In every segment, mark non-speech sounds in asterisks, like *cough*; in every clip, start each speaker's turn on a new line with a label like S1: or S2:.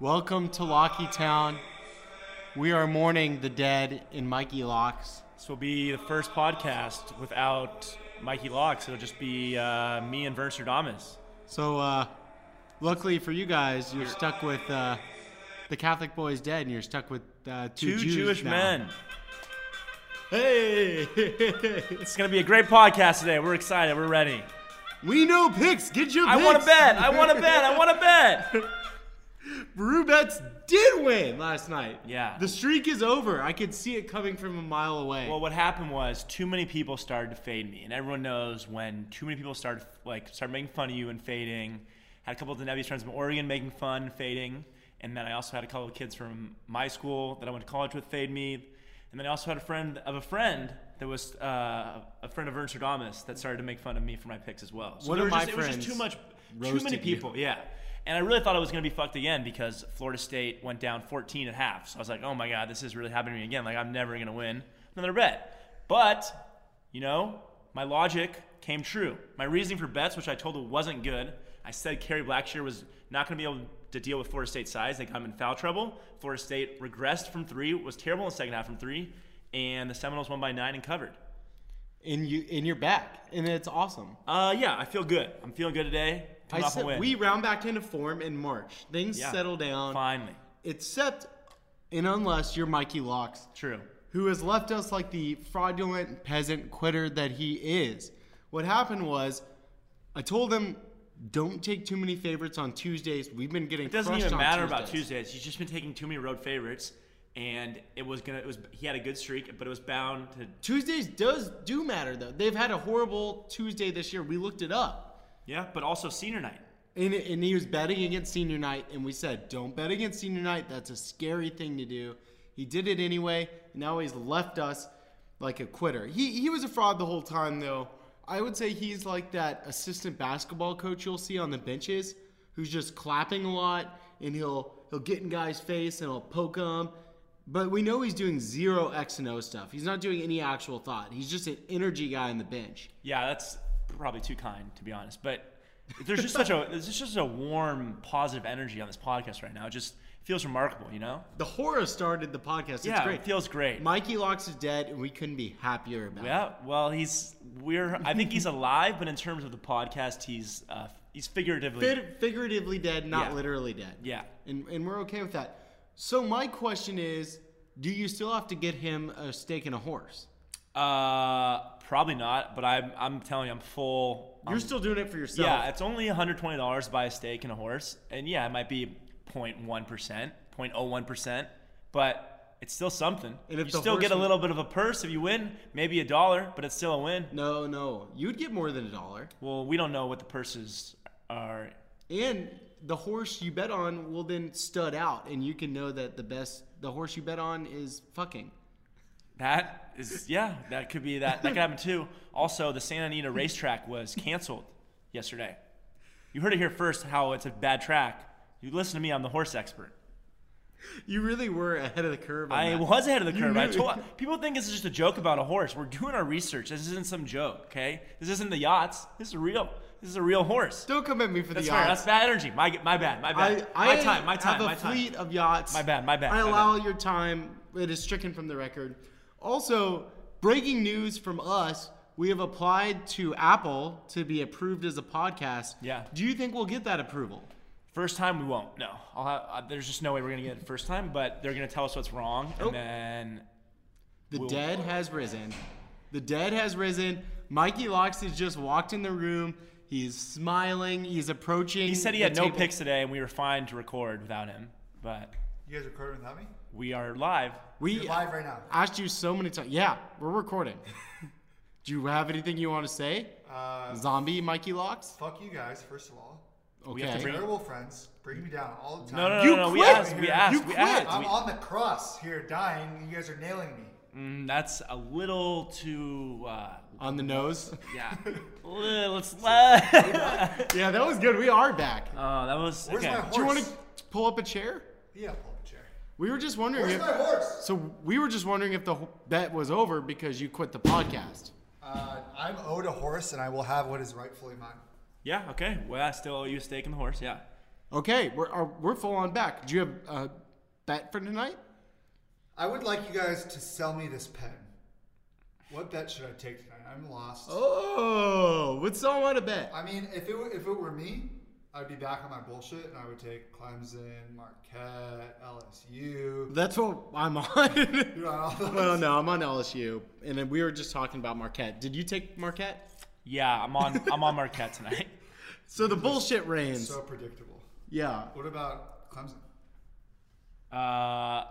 S1: Welcome to Lockheed Town. We are mourning the dead in Mikey Locks.
S2: This will be the first podcast without Mikey Locks. It'll just be uh, me and Vern Damas.
S1: So, uh, luckily for you guys, you're stuck with uh, the Catholic boy is dead, and you're stuck with uh, two,
S2: Two
S1: Jews
S2: Jewish
S1: now.
S2: men.
S1: Hey, *laughs*
S2: It's going to be a great podcast today. We're excited. We're ready.
S1: we know picks. Get your.
S2: I
S1: picks.
S2: want to bet. I want to
S1: *laughs*
S2: bet. I want to bet.
S1: Brew bets did win last night.
S2: Yeah.
S1: the streak is over. I could see it coming from a mile away.
S2: Well, what happened was too many people started to fade me, and everyone knows when too many people start like start making fun of you and fading. Had a couple of the Nebby's friends from Oregon making fun, fading, and then I also had a couple of kids from my school that I went to college with fade me, and then I also had a friend of a friend that was uh, a friend of Vern Damas that started to make fun of me for my picks as well. So
S1: One
S2: there
S1: of
S2: was
S1: my
S2: just, it was just too
S1: friends
S2: much, too
S1: roasted
S2: many
S1: you.
S2: people. Yeah. And I really thought I was going to be fucked again because Florida State went down 14 and a half. So I was like, oh my God, this is really happening to me again. Like, I'm never going to win another bet. But, you know, my logic came true. My reasoning for bets, which I told them wasn't good, I said Kerry Blackshear was not going to be able to deal with Florida State's size. They got him in foul trouble. Florida State regressed from three, was terrible in the second half from three, and the Seminoles won by nine and covered.
S1: and you, and you're back, and it's awesome.
S2: Uh, yeah, I feel good. I'm feeling good today. Coming
S1: I
S2: off a
S1: said
S2: win.
S1: we round back into form in March. Things
S2: Yeah.
S1: settle down.
S2: Finally.
S1: except and unless you're Mikey Locks,
S2: True.
S1: who has left us like the fraudulent peasant quitter that he is. What happened was, I told him, don't take too many favorites on Tuesdays. We've been getting
S2: It doesn't
S1: crushed
S2: even
S1: on
S2: matter about
S1: Tuesdays.
S2: Tuesdays. He's just been taking too many road favorites, and it was gonna. It was he had a good streak, but it was bound to.
S1: Tuesdays does do matter though. They've had a horrible Tuesday this year. We looked it up,
S2: Yeah, but also senior night.
S1: and, and he was betting against senior night, and we said, don't bet against senior night. That's a scary thing to do. He did it anyway. and Now he's left us like a quitter. He he was a fraud the whole time though. I would say he's like that assistant basketball coach you'll see on the benches who's just clapping a lot and he'll he'll get in guys' face and he'll poke them. But we know he's doing zero X and O stuff. He's not doing any actual thought. He's just an energy guy on the bench.
S2: Yeah, that's probably too kind to be honest. But there's just such a there's just a warm, positive energy on this podcast right now. It just feels remarkable, you know.
S1: The horror started the podcast. It's
S2: yeah,
S1: great.
S2: it feels great.
S1: Mikey Locks is dead and we couldn't be happier about it.
S2: yeah, well, he's we're I think he's alive, but in terms of the podcast, he's uh, he's figuratively.
S1: Fig- figuratively dead, not
S2: Yeah.
S1: literally dead.
S2: Yeah.
S1: and, and we're okay with that. So my question is, do you still have to get him a steak and a horse?
S2: Uh, probably not. But I'm I'm telling you, I'm full.
S1: You're
S2: I'm-
S1: still doing it for yourself.
S2: Um, Yeah, it's only $120 to buy a steak and a horse. And yeah, it might be 0.1%, 0.01%, but it's still something.
S1: And if
S2: you
S1: the
S2: still get a
S1: horse-
S2: little bit of a purse if you win, maybe a dollar, but it's still a win.
S1: No, no, you'd get more than a dollar,
S2: Well, we don't know what the purses are.
S1: and the horse you bet on will then stud out, and you can know that the best the horse you bet on is fucking.
S2: That is, yeah, that could be that. That could happen too. Also, the Santa Anita racetrack was canceled yesterday. You heard it here first how it's a bad track. You listen to me, I'm the horse expert.
S1: You really were ahead of the curve. On
S2: I
S1: that.
S2: was ahead of the
S1: You
S2: curve. I
S1: knew-
S2: told, people think this is just a joke about a horse. We're doing our research. This isn't some joke, okay? This isn't the yachts. This is real. This is a real horse.
S1: Don't come at me for
S2: That's
S1: the
S2: fair.
S1: odds.
S2: That's bad energy. My, my bad. My
S1: I,
S2: bad.
S1: I
S2: my time. My time.
S1: have a
S2: my time.
S1: fleet of yachts.
S2: My bad, my bad,
S1: I
S2: my
S1: allow your time. It is stricken from the record. Also, breaking news from us. We have applied to Apple to be approved as a podcast.
S2: Yeah.
S1: Do you think we'll get that approval?
S2: First time we won't. No. I'll have, uh, there's just no way we're gonna get it first time. But they're gonna tell us what's wrong,
S1: Nope.
S2: and then
S1: The
S2: We'll-
S1: dead has risen. The dead has risen. Mikey Locks has just walked in the room. He's smiling. He's approaching.
S2: he said he
S1: the
S2: had no
S1: table.
S2: picks today, and we were fine to record without him. But
S3: You guys recording without me?
S2: We are live.
S3: You're
S1: We
S3: live right now.
S1: asked you so many times. Yeah, we're recording. *laughs* Do you have anything you want to say?
S3: Uh,
S1: Zombie Mikey Locks?
S3: fuck you guys, first of all.
S2: have to
S1: Okay.
S2: bring-
S3: Terrible friends, bringing me down all the time.
S2: No, no, no,
S1: You
S2: no, no. We
S1: quit.
S2: asked. We
S3: You
S2: asked. we
S1: quit.
S2: asked.
S3: I'm
S2: we-
S3: on the cross here, dying. You guys are nailing me.
S2: Mm, that's a little too. Uh,
S1: On the nose.
S2: yeah. Little- Let's. *laughs* oh,
S1: Yeah, that was good. We are back.
S2: that was.
S3: Where's
S2: okay.
S3: my horse?
S1: Do you want to pull up a chair?
S3: Yeah, pull up a chair.
S1: We were just wondering
S3: Where's
S1: if.
S3: my horse?
S1: So we were just wondering if the wh- bet was over because you quit the podcast.
S3: Uh, I'm owed a horse, and I will have what is rightfully mine.
S2: Yeah. Okay. Well, I still owe you a stake in the horse. Yeah.
S1: Okay, we're are, we're full on back. Do you have a bet for tonight?
S3: I would like you guys to sell me this pen. What bet should I take tonight? I'm lost.
S1: Oh, would someone want a bet?
S3: I mean, if it were, if it were me, I'd be back on my bullshit, and I would take Clemson, Marquette, LSU.
S1: That's what I'm on.
S3: You're on all those.
S1: well, no, I'm on LSU, and then we were just talking about Marquette. Did you take Marquette?
S2: Yeah. I'm on. I'm on Marquette tonight. *laughs*
S1: So the bullshit reigns.
S3: So predictable.
S1: yeah.
S3: What about Clemson?
S2: Uh, I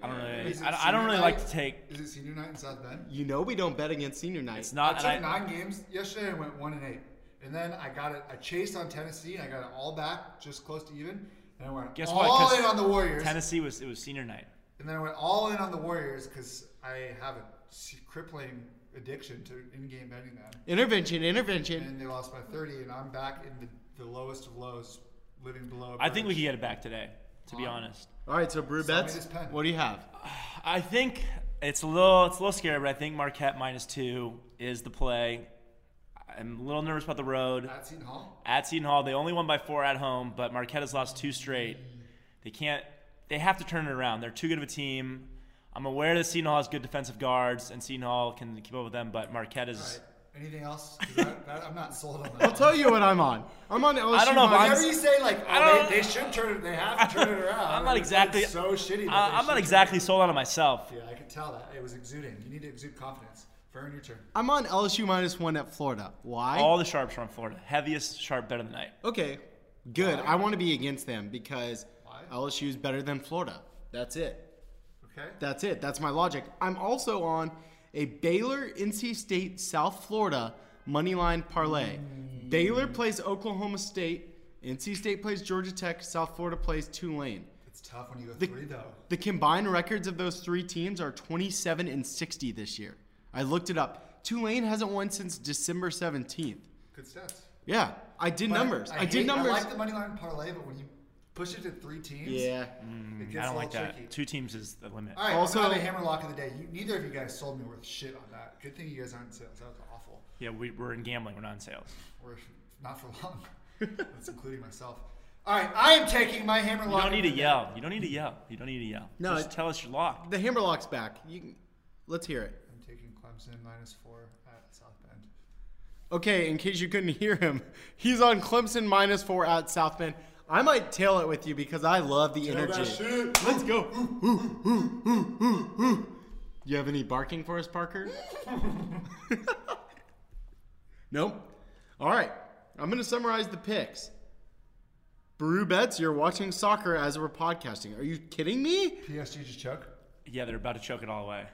S2: don't really.
S3: Is it
S2: I, don't- I don't
S3: senior
S2: really like
S3: night?
S2: to take.
S3: Is it senior night in South Bend?
S1: You know we don't bet against senior night.
S2: It's
S3: I
S2: not.
S3: took
S2: and I-
S3: nine games yesterday. I went one and eight, and then I got it. I chased on Tennessee, and I got it all back, just close to even. And I went
S2: Guess what?
S3: all
S2: 'Cause
S3: in on the Warriors,
S2: Tennessee was. It was senior night.
S3: and then I went all in on the Warriors because I have a s- crippling addiction to in-game betting them.
S1: intervention, intervention.
S3: And they lost by 30, and I'm back in the, the lowest of lows, living below.
S2: I think we
S3: average.
S2: can get it back today. To be honest.
S1: All right, so brew
S3: Sell me
S1: bets.
S3: this pen.
S1: What do you have?
S2: I think it's a little it's a little scary, but I think Marquette minus two is the play. I'm a little nervous about the road.
S3: at Seton Hall.
S2: At Seton Hall, they only won by four at home, but Marquette has lost two straight. They can't they have to turn it around. They're too good of a team. I'm aware that Seton Hall has good defensive guards and Seton Hall can keep up with them, but Marquette
S3: All right.
S2: is
S3: Anything else? 'Cause that, that, I'm not sold on
S1: I'll
S3: that.
S1: tell you what I'm on. I'm on LSU.
S2: don't know if
S1: minus-
S3: Whenever you say like,
S2: I
S3: oh,
S2: don't-
S3: they, they should turn it, they have to turn it around.
S2: I'm not
S3: it's-
S2: exactly
S3: it's so shitty. that
S2: I-
S3: they
S2: I'm
S3: should turn
S2: not
S3: it
S2: exactly sold on it myself.
S3: around. Yeah, I could tell that it was exuding. You need to exude confidence. Vern, your turn.
S1: I'm on LSU minus one at Florida. Why?
S2: All the sharps are on Florida. Heaviest sharp bet of the night.
S1: okay, good. I want to be against them because
S3: Why?
S1: LSU is better than Florida. That's it.
S3: Okay.
S1: That's it. That's my logic. I'm also on a Baylor, NC State, South Florida money line parlay. Baylor plays Oklahoma State. NC State plays Georgia Tech. South Florida plays Tulane.
S3: It's tough when you go
S1: The-
S3: three though.
S1: The combined records of those three teams are 27 and 60 this year. I looked it up. Tulane hasn't won since December 17th.
S3: Good stats.
S1: Yeah, I did
S3: But
S1: numbers. I, did
S3: hate-
S1: numbers.
S3: I like the money line parlay, but when you push it to three teams,
S1: yeah.
S3: it
S2: Mm, I
S3: gets a
S2: don't
S3: little
S2: like that.
S3: tricky.
S2: Two teams is the limit.
S3: All right,
S1: Also-
S3: also, I'm gonna have a hammer lock of the day. You, neither of you guys sold me worth shit on that. Good thing you guys aren't in sales. That was awful.
S2: Yeah, we, we're in gambling. We're not in sales.
S3: We're not for long.
S1: *laughs*
S3: That's including myself. All right, I am taking my hammer
S2: You
S3: lock.
S2: don't need
S3: of
S2: to
S3: the day.
S2: yell. You don't need to yell. You don't need to yell.
S1: No,
S2: just
S1: it-
S2: tell us your lock.
S1: The hammerlock's back. You can, let's hear it.
S3: I'm taking Clemson minus four at South Bend.
S1: Okay, in case you couldn't hear him, *laughs* he's on Clemson minus four at South Bend. I might tail it with you because I love the energy. Let's go. You have any barking for us, Parker? *laughs* nope. All right. I'm going to summarize the picks. Brew bets, you're watching soccer as we're podcasting. Are you kidding me?
S3: PSG just choke.
S2: Yeah, they're about to choke it all away.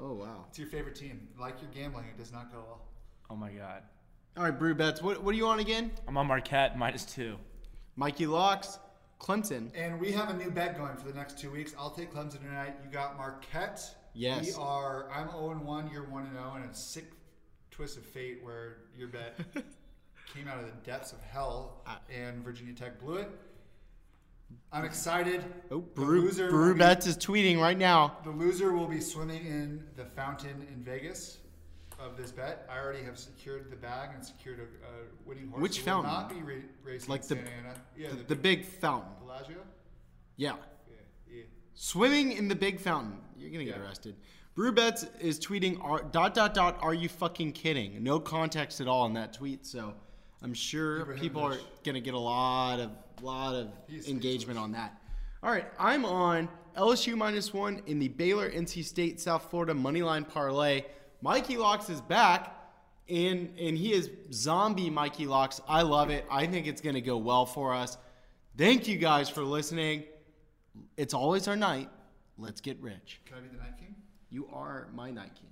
S1: Oh, wow.
S3: It's your favorite team. Like your gambling, it does not go well.
S2: Oh my god.
S1: All right, Brew bets, what, what are you on again?
S2: I'm on Marquette minus two.
S1: Mikey Locks, Clemson.
S3: And we have a new bet going for the next two weeks. I'll take Clemson tonight. You got Marquette.
S1: Yes.
S3: We are. I'm 0 and 1. You're 1 and 0, and a sick twist of fate where your bet
S1: *laughs*
S3: came out of the depths of hell, and Virginia Tech blew it. I'm excited.
S1: Oh,
S3: The
S1: Brew,
S3: loser
S1: Brew
S3: will be-
S1: Betts is tweeting right now.
S3: The loser will be swimming in the fountain in Vegas of this bet. I already have secured the bag and secured a, a winning horse.
S1: Which
S3: It will
S1: fountain?
S3: Not be ra- racing
S1: Like
S3: like
S1: the-
S3: Santa Ana. Yeah,
S1: The,
S3: the,
S1: the big fountain.
S3: Bellagio.
S1: Yeah.
S3: Yeah, yeah.
S1: Swimming in the big fountain. You're going to get
S3: Yeah.
S1: arrested. Brew Betts is tweeting, are, dot, dot, dot, are you fucking kidding? No context at all in that tweet. So I'm sure people are
S3: Ibrahimovic.
S1: going to get a lot of, lot of
S3: He's
S1: engagement on that. All right. I'm on LSU minus one in the Baylor, NC State, South Florida Moneyline Parlay. Mikey Locks is back. And, and he is zombie Mikey Locks. I love it. I think it's going to go well for us. Thank you guys for listening.
S3: It's always our night. Let's get rich.
S1: Can I be the Night King?
S3: You are my night king.